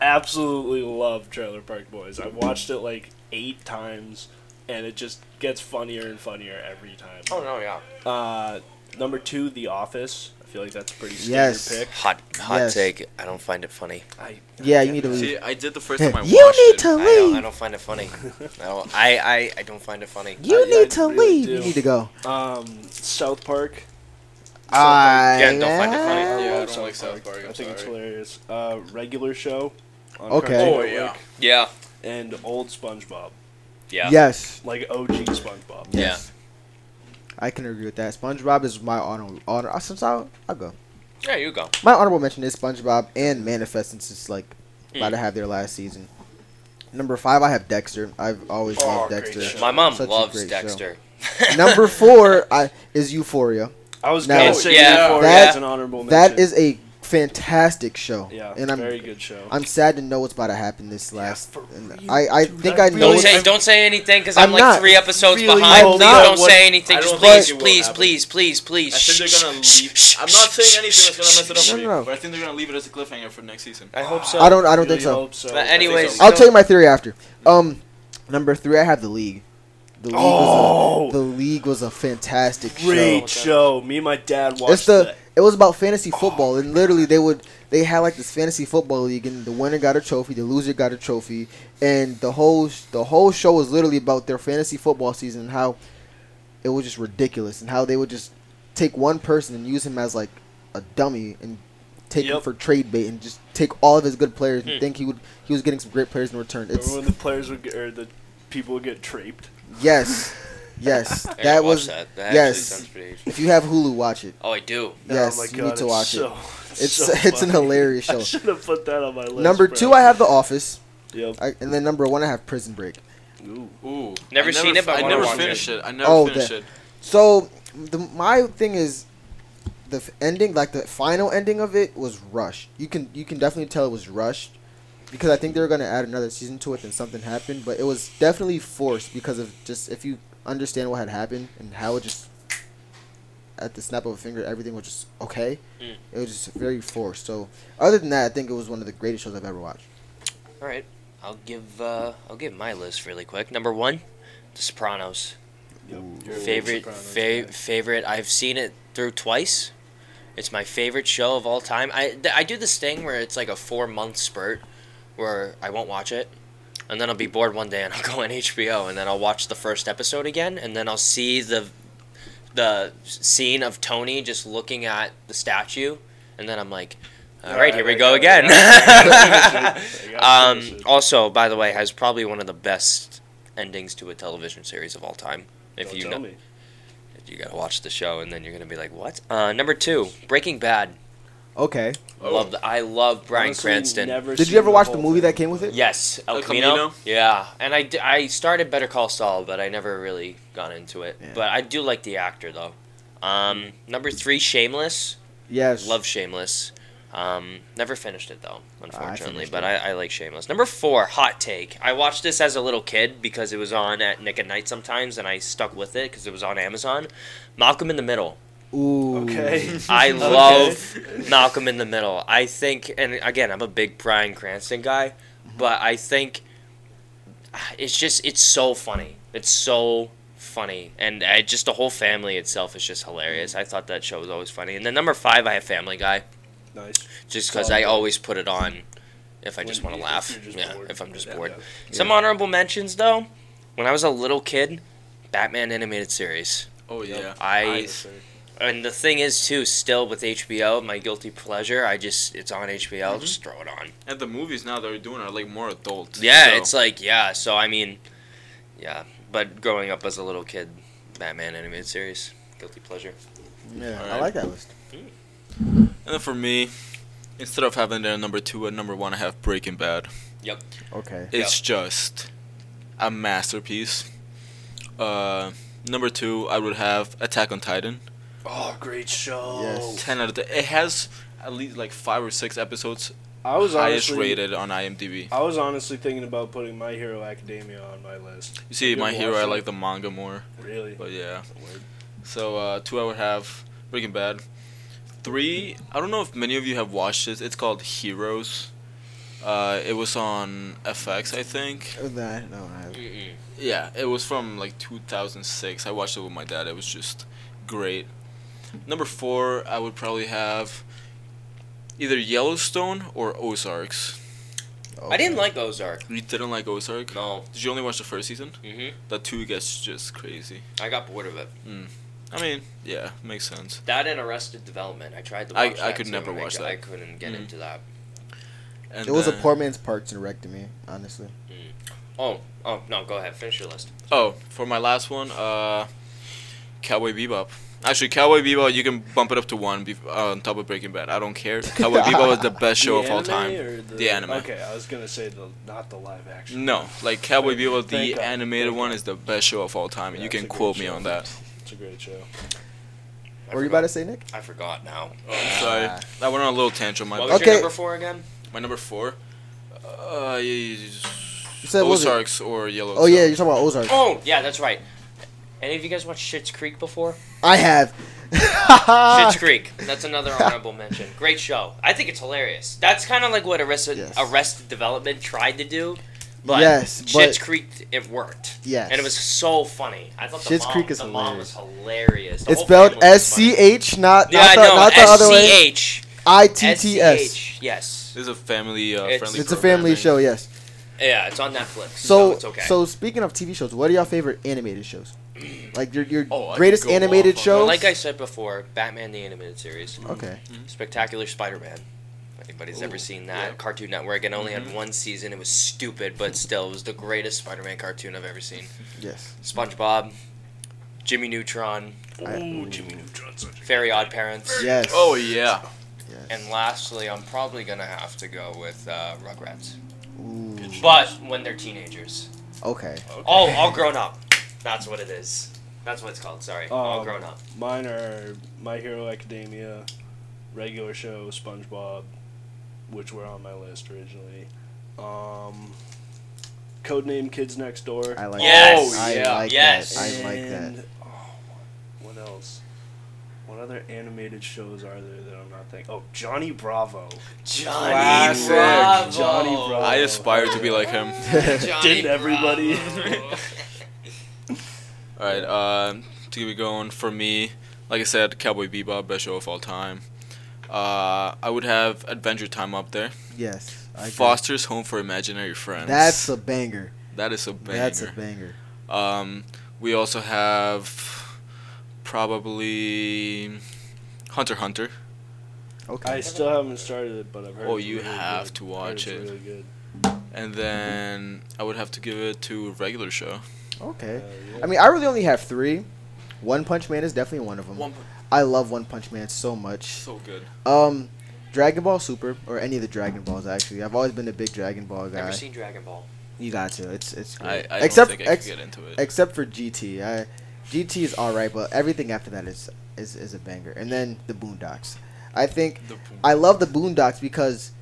absolutely love Trailer Park Boys. I've watched it like eight times, and it just gets funnier and funnier every time.
Oh no, yeah.
Uh, number two, The Office. I feel like that's a pretty standard
Yes.
pick.
Hot hot
Yes.
take. I don't find it funny.
I,
yeah you need to leave
See, I did the first
you
time I watched
need
it.
to
I don't, I
leave
don't find it funny. No, I, I, I don't find it funny.
you
I- I
need to
really
leave
do.
you need to go
um, South Park.
I
Yeah, don't find it funny.
am-
Yeah, I
love
don't like South Park, I'm
I think it's
sorry.
hilarious. Uh, regular show. on
Okay.
Cartoon
Oh,
Network,
Yeah.
And old SpongeBob,
Yeah.
yes
like OG SpongeBob.
Yeah.
i can agree with that spongebob is my honor honor uh, since i'll, I'll go
Yeah, you go.
My honorable mention is SpongeBob and Manifest since it's like about
Hmm.
to have their last season. Number five, I have Dexter. I've always
Oh,
loved
great
Dexter.
show.
My mom
Such a
loves
great
Dexter.
Number four I, is Euphoria.
I was
No.
gonna
Oh,
say
yeah.
before
That-
that's an honorable mention.
That is a fantastic show.
yeah,
and I'm
very good show.
I'm sad to know what's about to happen this last.
for
and
real,
I I
dude,
think
I
I
really
know.
Don't
what's-
say don't say anything because
I'm
I'm, like
not
three episodes
really
behind.
hope
Please
that
don't
what-
say
I
anything. Just
don't think
please,
it will
please,
happen.
please, please, please.
I think
Shh,
they're gonna
shh,
leave.
shh,
I'm not
shh,
saying anything that's gonna mess it up
No,
for
no, no.
you, but I think they're gonna leave it as a cliffhanger for next season.
I hope so.
I don't I don't think
Really
so.
hope so.
But anyways,
so.
I'll tell you my theory after. Um, number three, I have the league. The league,
Oh!
was, a, the league was a fantastic show.
great show. Me and my dad watched
It's the
that. Oh,
it was about fantasy football and literally they would they had like this fantasy football league and the winner got a trophy, the loser got a trophy, and the whole sh- the whole show was literally about their fantasy football season and how it was just ridiculous and how they would just take one person and use him as like a dummy and take him
Yep.
for trade bait and just take all of his good players and
Hmm.
think he would he was getting some great players in return. It's
Remember when the players would get, or the people would get traped?
yes. Yes.
I gotta
that
watch
was
that. That
yes.
actually sounds pretty. interesting.
if you have Hulu watch it.
Oh, I do.
Yes, you need to watch it.
it.
It's it's an hilarious
I
show.
should have put that on my list.
Number
bro.
two, I have The Office,
Yep.
I, and then number one, I have Prison Break.
Ooh.
Ooh,
Never
I never
seen it, but I
I
wanna
never
watch it.
finished it. I never
Oh,
finished
the-
it.
So the, my thing is, the f- ending, like the final ending of it, was rushed. You can you can definitely tell it was rushed because I think they were gonna add another season to it, and something happened. But it was definitely forced because of just if you understand what had happened and how it just at the snap of a finger everything was just okay.
Mm.
It was just very forced. So other than that, I think it was one of the greatest shows I've ever watched.
All right, I'll give uh, I'll give my list really quick. Number one, The Sopranos.
Yep. You're a big
favorite
Sopranos
fa-
guy.
favorite i've seen it through twice it's my favorite show of all time i th- i do this thing where it's like a four month spurt where i won't watch it and then i'll be bored one day and i'll go on hbo and then i'll watch the first episode again and then i'll see the the scene of tony just looking at the statue and then i'm like All right, here we go again. um, also, by the way, has probably one of the best endings to a television series of all time. If
Don't
you
tell
know,
me.
you gotta watch the show, and then you're gonna be like, "What?" Uh, number two, Breaking Bad.
Okay.
Oh.
Love the, I love Brian
Honestly,
Cranston.
never
Did
seen
you ever watch the
whole
movie
thing.
that came with it?
Yes, El,
El
Camino.
Camino?
Yeah, and I, d- I started Better Call Saul, but I never really got into it.
Yeah.
But I do like the actor though. Um, number three, Shameless.
Yes.
Love Shameless. Um, never finished it though, unfortunately.
finished
but
it.
I, I like Shameless. Number four, Hot Take. I watched this as a little kid because it was on at Nick at Night sometimes, and I stuck with it because it was on Amazon. Malcolm in the Middle.
Ooh.
Okay.
I
Okay.
love Malcolm in the Middle. I think, and again, I'm a big Brian Cranston guy,
Mm-hmm.
but I think it's just it's so funny. It's so funny, and I, just the whole family itself is just
Mm-hmm.
hilarious. I thought that show was always funny. And then number five, I have Family Guy,
Nice.
just because
Oh,
I
yeah.
always put it on if I just
When
want to
you-
laugh.
if you're just
Yeah,
bored.
if I'm just
Yeah,
bored.
yeah.
Some honorable mentions though. When I was a little kid, Batman animated series.
Oh yeah.
I
Yes, sir.
and the thing is too, still with HBO, my guilty pleasure. I just it's on HBO. I'll Just throw it on.
And the movies now they're doing are like more adult.
Yeah,
so-
it's like yeah. So I mean, yeah. But growing up as a little kid, Batman animated series, guilty pleasure.
Yeah, I
Alright.
like that list.
And then for me, instead of having their number two and number one, I have Breaking Bad.
Yep.
Okay.
It's just a masterpiece. Uh, number two, I would have Attack on Titan.
Oh, great show.
Yes.
Ten out of ten. It has at least like five or six episodes.
I was
highest
honestly,
rated on IMDb.
I was honestly thinking about putting My Hero Academia on my list.
You see,
Good
my hero, I
watching.
like the manga more.
Really?
But yeah.
Word.
So uh, two, I would have Breaking Bad. Three, I don't know if many of you have watched this. It's called Heroes. Uh, it was on FX, I think.
Uh, That, no, I have.
Mm-mm.
Yeah, it was from like 2006. I watched it with my dad. It was just great. Number four, I would probably have either Yellowstone or Ozarks.
I didn't like Ozark.
You didn't like Ozark?
No.
Did you only watch the first season?
Mm-hmm.
The two gets just crazy.
I got bored of it.
I mean, yeah, makes sense.
That and Arrested Development. I tried to.
I-
Watch
I
that Mm-hmm.
could
too,
never
and I
watch
c-
that.
I couldn't get
Mm.
into that.
And
It was a
then-
poor man's Parks and Rec to me, honestly.
Oh, oh no. Go ahead. Finish your list.
Oh, for my last one, uh, Cowboy Bebop. Actually, Cowboy Bebop, you can bump it up to one be- on top of Breaking Bad. I don't care. Cowboy Bebop is the best show
The
of all
anime
time.
or The,
The anime.
Okay, I was gonna say the not the live action.
No, like Cowboy Bebop, the
Thank God.
animated
Thank
one,
God.
is the best show of all time, and
Yeah,
you
it's
can
a great
quote me
show.
on that.
Oh,
It's a great show.
I
What were you
forgot-
about to say, Nick?
I forgot now.
Sorry,
Ah.
I went on a little tantrum. My
What
bad.
was your
Okay.
number four again?
my number four, uh, y-
You said, what was it?
Ozarks or Yellowstone.
Oh, yeah, you're talking about Ozark.
Oh, yeah, that's right. Any of you guys watch Shit's Creek before?
I have. Uh,
Shit's Creek. That's another honorable mention. Great show. I think it's hilarious. That's kind of like what Arrested,
Yes.
Arrested Development tried to do, but
Yes, but-
Shit's Creek it worked.
Yes.
And it was so funny. I thought the
Schitt's
mom,
Creek is
the mom was
hilarious.
hilarious. The
It's
whole
spelled
family was
S C H, not
funny. Yeah,
not
I
the,
know.
not the other way.
SCH.
I T T S.
SCH, Yes.
This is a family uh,
It's-
friendly.
It's a family
programming.
show, yes.
Yeah, it's on Netflix. So,
So
it's okay.
so speaking of TV shows, what are your favorite animated shows? Like your your
Oh, I could
greatest
go off
animated
on that.
show?
uh, like I said before, Batman the Animated Series.
okay.
Spectacular Spider-Man. If anybody's ever
Ooh,
seen that
yeah.
Cartoon Network, it only
Mhm.
had one season. It was stupid, but still, it was the greatest Spider-Man cartoon I've ever seen.
Yes.
SpongeBob, Jimmy Neutron,
I-
Ooh, Jimmy Neutron. such a-
Fairy Odd Parents,
Yes.
Oh yeah,
Yes.
and lastly, I'm probably gonna have to go with uh, Rugrats,
Ooh.
but when they're teenagers.
Okay.
Okay.
Oh, all grown up. That's what it is. That's what it's called. Sorry, all
Um,
grown up.
Mine are My Hero Academia, regular show, SpongeBob, which were on my list originally. Um, Codename Kids Next Door.
I like
Yes.
that.
Yeah.
I like
Yes.
that. I like that.
And- oh, what else? What other animated shows are there that I'm not thinking? Oh, Johnny Bravo.
Johnny
Classic.
Bravo.
Johnny Bravo.
Oh.
I aspire to be like him.
Johnny
Didn't everybody?
Bravo.
All right, uh, to keep it going, for me, like I said, Cowboy Bebop, best show of all time. Uh, I would have Adventure Time up there.
Yes. I agree.
Foster's Home for Imaginary Friends.
That's a banger.
that is a
That's a
banger.
banger.
um, we also have probably Hunter x Hunter.
Okay.
I still haven't started it, but I've heard.
Oh,
it's
you
really
have
good.
to
Heard it's
watch it.
Really good.
And then I would have to give it to regular show.
Okay.
Uh, yeah.
I mean, I really only have three. One Punch Man is definitely one of them.
One
I love One Punch Man so much.
so good.
Um, Dragon Ball Super or any of the Dragon Balls actually. I've always been a big Dragon Ball guy.
Never seen Dragon Ball.
you got to. It's it's
I,
great.
I
except
don't think I
ex-
could get into it.
except for GT. I, GT is all right, but everything after that is is is a banger. And then the Boondocks. I think
The-
I love the Boondocks because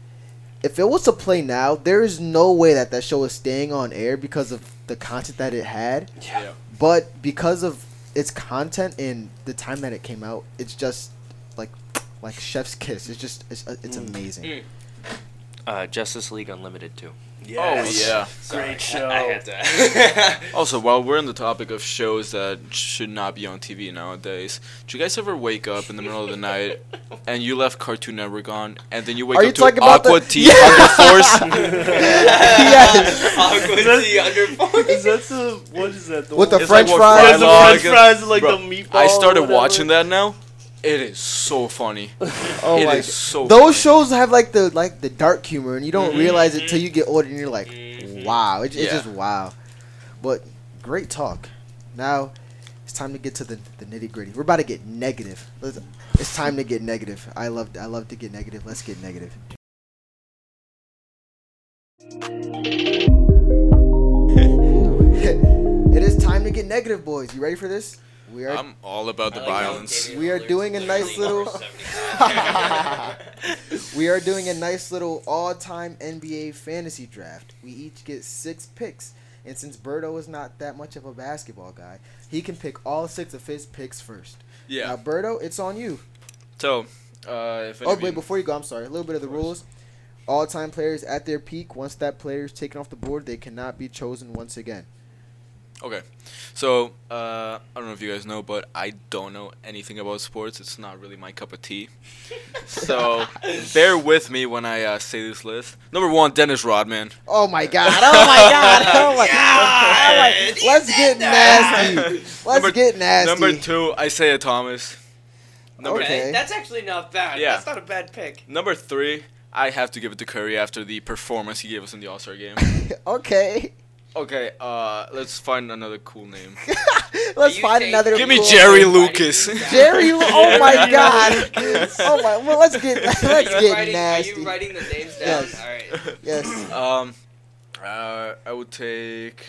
if it was to play now, there is no way that that show is staying on air because of the content that it had.
yeah.
But because of its content and the time that it came out, it's just like like Chef's Kiss. It's just it's, it's
Mm.
amazing.
Uh, Justice League Unlimited too.
Yes.
Oh yeah.
Great show.
I had to.
Also, while we're on the topic of shows that should not be on TV nowadays, do you guys ever wake up in the middle of the night and you left Cartoon Network on, and then you wake
Are
up
you
to
talking about
Aqua
the-
Teen Hunger Force?
yes.
Awkward tea under
Is that the what is that? The
With the
one-
It's
French
what
fries?
Fries, the
Frylogue-
French fries, like
Bro,
the meatball.
I started
or whatever.
watching that now. It is so funny.
Oh
It
my
is so
Those
funny.
shows have like the like the dark humor, and you don't
Mhm.
realize it till you get older, and you're like,
Mhm.
wow, it, it's
Mm-hmm. Yeah.
just wow. But great talk. Now it's time to get to the, the nitty gritty. We're about to get negative. Let's, it's time to get negative. I love I love to get negative. Let's get negative. it is time to get negative, boys. You ready for this? We are.
I'm all about the violence.
We are doing a nice little- We are doing a nice little all-time NBA fantasy draft. We each get six picks, and since Birdo is not that much of a basketball guy, he can pick all six of his picks first. Now,
Yeah.
Birdo, it's on you.
So, uh, if any
Oh
of
wait,
you-
before you go, I'm sorry. A little bit of the
Of course.
rules. All-time players at their peak. Once that player is taken off the board, they cannot be chosen once again.
Okay. So, uh, I don't know if you guys know, but I don't know anything about sports. It's not really my cup of tea. So, bear with me when I uh, say this list. Number one, Dennis Rodman.
Oh my god! Oh my god! Oh my god! Oh my- Let's get nasty. Let's
Number-
get nasty.
Number two, Isaiah Thomas. Number,
Okay.
That's actually not bad.
Yeah.
That's not a bad pick.
number three, I have to give it to Curry after the performance he gave us in the All Star game.
okay.
okay, uh, let's find another cool name.
Let's
You
find
take-
another.
Give me
cool-
Jerry
Why did you
Lucas.
do that?
Jerry, Lu- oh my
Jerry
god.
Lucas.
Oh my, well, let's get let's
Are you
get
writing-
nasty.
Are you writing the names down?
Yes.
All right.
Yes.
Um, uh, I would take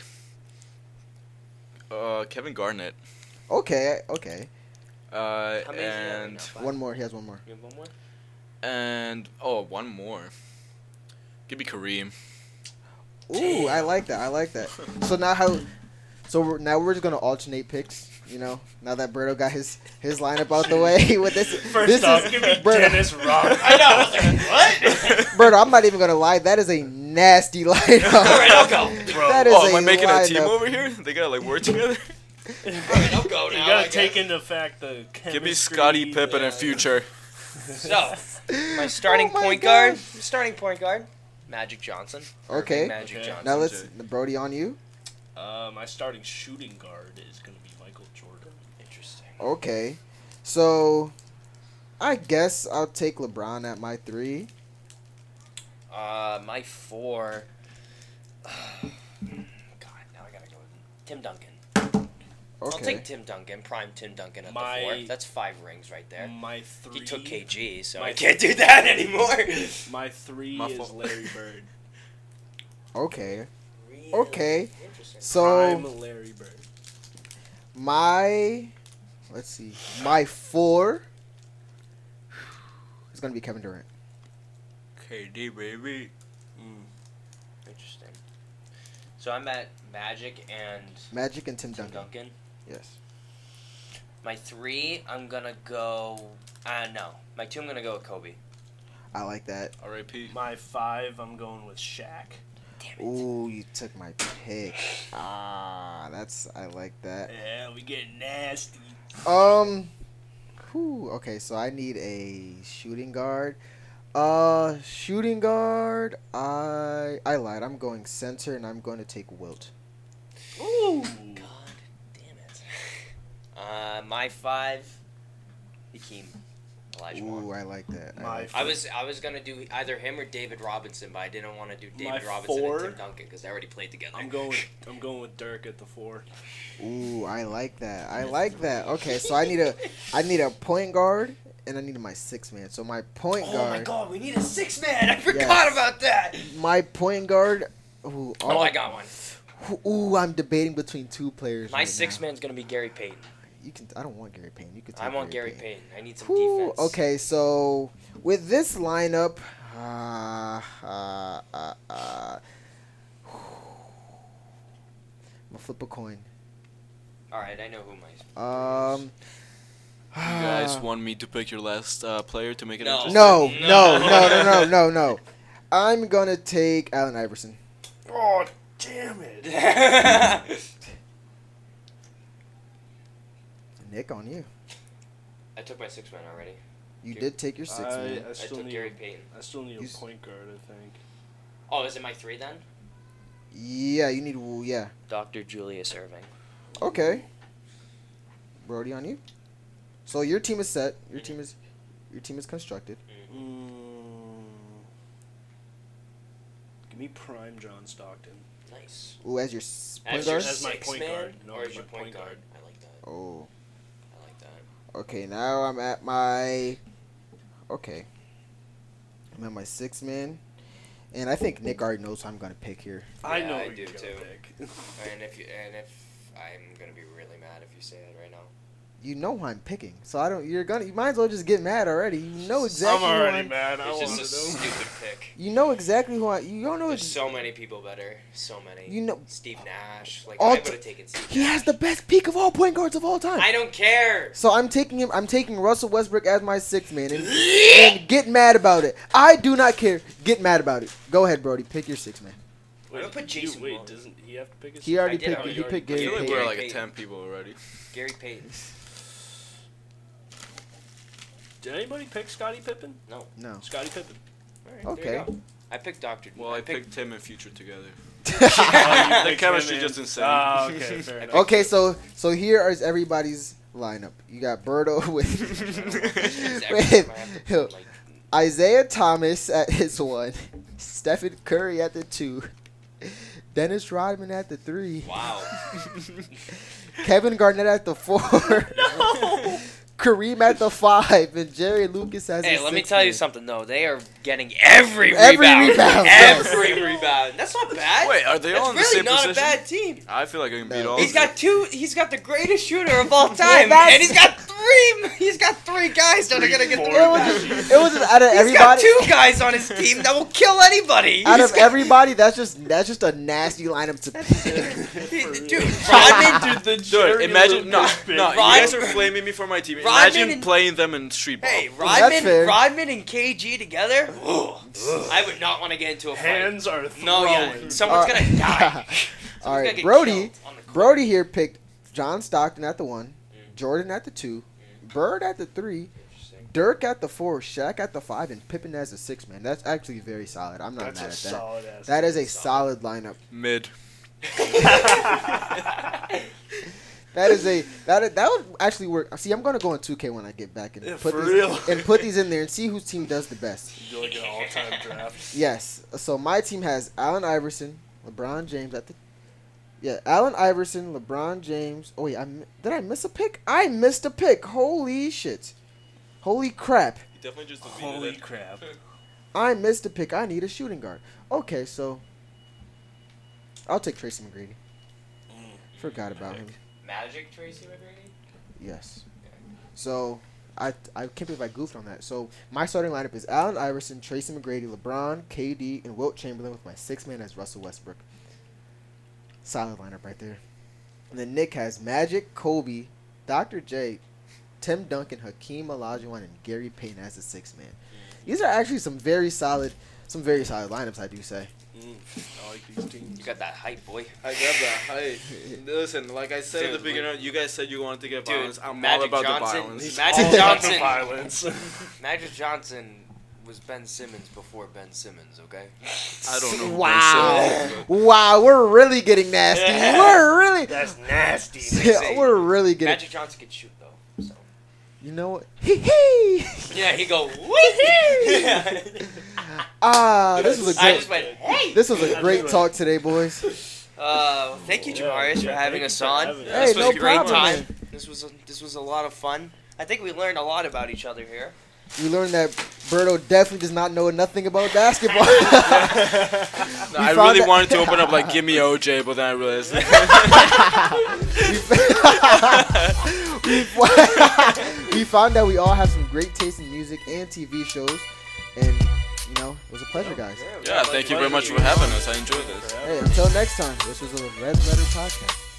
uh, Kevin Garnett.
Okay, okay.
Uh,
How many is he at right
and
now? Five?
One more, he has one more.
You have one more?
and oh, one more. Give me Kareem.
Ooh, I like that. I like that. So now how so we're, now we're just going to alternate picks, you know. Now that Berto got his his lineup out the way with this
First
this
off,
is
give me
Berto,
Dennis Rodman.
I know. I was like, what?
Berto, I'm not even going to lie. That is a nasty lineup.
All right, I'll go. All
Bro,
That is
Oh, am
a
I making a team
lineup.
over here? They gotta like work together.
right, I'll go now.
you
I
gotta
guess.
take into fact the.
Give me
chemistry, uh,
Scottie Pippen
the-
and Future.
So, my starting
Oh my
point
God.
guard. Starting point guard. Magic Johnson.
Okay.
Magic
Okay.
Johnson.
Now let's Brody on you.
Uh, my starting shooting guard is gonna be Michael Jordan.
Interesting.
Okay. So I guess I'll take LeBron at my 3.
Uh, my four. God, now I gotta go with Tim Duncan.
Okay.
I'll take Tim Duncan, prime Tim Duncan at
My-
the four. That's five rings right there.
My three.
He took KG, so
My-
I can't do that anymore.
My three
My
is
fault.
Larry Bird.
Okay. Okay.
Interesting.
So
I'm Larry Bird.
my let's see. My four is gonna be Kevin Durant.
KD baby.
Interesting. So I'm at Magic and
Magic and Tim
Tim
Duncan.
Duncan.
Yes.
My three, I'm gonna go. Uh, no. My two, I'm gonna go with Kobe.
I like that.
R.I.P.
My five, I'm going with Shaq.
Damn it.
Ooh, you took my pick. Ah, that's I like that.
Yeah, we get nasty.
Um whew, okay, so I need a shooting guard. Uh shooting guard, I I lied. I'm going center and I'm gonna take Wilt.
Ooh.
God damn it. Uh, my five, Hakeem Elijah Moore.
Ooh, I like that. I
My
like
I was I was gonna do either him or David Robinson, but I didn't want to do
My
David Robinson
four-
and Tim Duncan because they already played together.
I'm going. I'm going with Dirk at the four.
that. Ooh, I like that. I like that. Okay, so I need a I need a point guard and I need my six man. So my point
Oh
guard
my god, we need a six man. I forgot
Yes.
about that.
my point guard ooh,
Oh,
all-
I got one.
Ooh, I'm debating between two players.
My
right
six
now.
man's gonna be Gary Payton.
You can I don't want Gary Payne. You could
I
take
want Gary Payton. I need some
Whew,
defense.
Okay, so with this lineup, uh, uh, uh, uh, I'm gonna flip a coin.
All right, I know who my.
Um,
You guys want me to pick your last uh, player to make it
No.
interesting?
no,
No.
no, no, no, no, no, no. I'm gonna take Allen Iverson.
Oh damn it!
Nick, on you.
I took my six man already.
You
Dude,
did take your six.
I,
man.
I
I
still
took
need.
Gary Payton.
I still need a
He's-
point guard. I think.
Oh, is it my three then?
Yeah, you need. Yeah.
Dr. Julius Irving.
Okay. Brody, on you. So your team is set. Your team is, your team is constructed.
Mm, give me prime John Stockton.
Nice.
Ooh, as your s- point
As your
guard.
s- As my
six
point
man,
guard. No,
or
as
as your point guard. I like that.
Oh,
I like that.
okay. Now I'm at my. Okay. I'm at my six man, and I think Nick already knows who I'm gonna pick here.
I
Yeah,
know
I
who you're
do
gonna
too.
pick.
And if you and if I'm gonna be really mad if you say that right now.
You know who I'm picking, so I don't. You're gonna. You might as well just get mad already. You know exactly.
I'm
who
already
I'm,
mad. I
it's
want
just
to
a
know.
stupid pick.
You know exactly who I. You don't know.
There's
ex-
so many people better. So many.
You know-
Steve Nash. Like
All
I
t-
would have taken Steve.
he has
Nash.
the best peak of all point guards of all time.
I don't care.
So I'm taking him. I'm taking Russell Westbrook as my sixth man, and, and get mad about it. I do not care. Get mad about it. Go ahead, Brody. Pick your sixth man.
I'm gonna put
you-
Jason
Wait,
Williams.
doesn't he have to pick his?
He already
I did
picked.
already.
He picked
I
Gary
feel like
Payton.
we're
Gary
like
Payton.
a ten people already.
Gary Payton.
Did anybody pick Scottie Pippen?
No.
No.
Scottie Pippen.
All right, there you
Okay.
go. I picked Doctor.
Well, I picked Tim and Future together.
Oh, you
The
picked
chemistry
him in.
just insane.
Ah, okay, fair enough.
okay, so so here is everybody's lineup. You got Birdo with, with
Like,
Isaiah Thomas at his one, Stephen Curry at the two, Dennis Rodman at the three,
wow.
Kevin Garnett at the four. Kareem at the five and Jerry Lucas as
Hey,
the
let me
sixth
tell you
man.
something though. They are getting every,
Every
rebound.
rebound, yes.
Every rebound. That's not bad.
Wait, are they
That's
all in
really
the same
not
position?
a bad team.
I feel like I can beat
No.
all.
He's
of them.
got two. He's got the greatest shooter of all time,
that's-
and he's got three. He's got three guys that are gonna get
Three,
the
It
four.
rebound.
was, just, it was just out of
He's got
everybody.
two guys on his team that will kill anybody.
Out
He's
of
got-
everybody, that's just that's just a nasty lineup to pick.
He-
For real.
dude, Rodman,
Dude, the
Dude,
Jerry
imagine no,
Lewis pick.
no. You
Rod-
guys are flaming me for my team.
Rodman
Imagine
and-
playing them in street ball.
hey,
that's fair.
Rodman, Rodman and KG together. I would not want to get into a fight.
Hands are throwing.
no, yeah, someone's
Uh, All right.
gonna die.
All
Someone's gonna
right,
get
Brody.
killed on the court.
Brody here picked John Stockton at the one, Jordan at the two, Bird at the three, Dirk at the four, Shaq at the five, and Pippen as the six man. That's actually very solid. I'm not
That's a
mad at that.
solid ass.
That is a solid lineup.
Mid.
That is a that is- that would actually work. See, I'm gonna go on 2K when I get back and
Yeah,
put
for
these
real.
and put these in there and see whose team does the best.
You do like an all-time draft.
Yes. So my team has Allen Iverson, LeBron James at the. Yeah, Allen Iverson, LeBron James. Oh wait, I mi- did I miss a pick? I missed a pick. Holy shit! Holy crap!
He definitely just
Holy crap!
I missed a pick. I need a shooting guard. Okay, so I'll take Tracy McGrady. Forgot about him.
Magic Tracy McGrady.
Yes. So I I can't believe I goofed on that. So my starting lineup is Allen Iverson, Tracy McGrady, LeBron, KD, and Wilt Chamberlain with my six man as Russell Westbrook. Solid lineup right there. And then Nick has Magic, Kobe, Dr. J, Tim Duncan, Hakeem Olajuwon, and Gary Payton as the six man. These are actually some very solid some very solid lineups I do say.
Mm, I like these teams.
You got that hype, boy.
I got that. Hey, listen, like I said at
Dude,
the beginning, you guys said you wanted to get
Dude,
violence. I'm
Magic
all about
Johnson,
the violence.
he's Magic
All about
Johnson.
the violence.
Magic Johnson was Ben Simmons before Ben Simmons. Okay.
I don't know. who Ben
Wow.
Simmons is,
Wow, we're really getting nasty.
Yeah.
We're really
That's nasty.
Six, eight.
we're really getting
Magic Johnson could shoot though. So
You know what? Hee hee!
Yeah, he go. Wee-hee!
Ah, this was a
I just
great.
went. Hey.
This was a
I
great
just-
talk today, boys.
Uh, thank you,
Yeah,
Jamarius, for
yeah,
having
thank
us
you for
on.
having us.
Hey,
this was
no
a great
problem,
time.
man.
This was a, this was a lot of fun. I think we learned a lot about each other here.
We learned that Berto definitely does not know nothing about basketball.
No, I
found
really
that-
wanted to open up like "Give me OJ," but then I realized
we fo- we found that we all have some great taste in music and TV shows, and you know, it was a pleasure, guys.
Yeah, thank you very much for having us. I enjoyed this.
Hey, until next time, this was a Red Letter Podcast.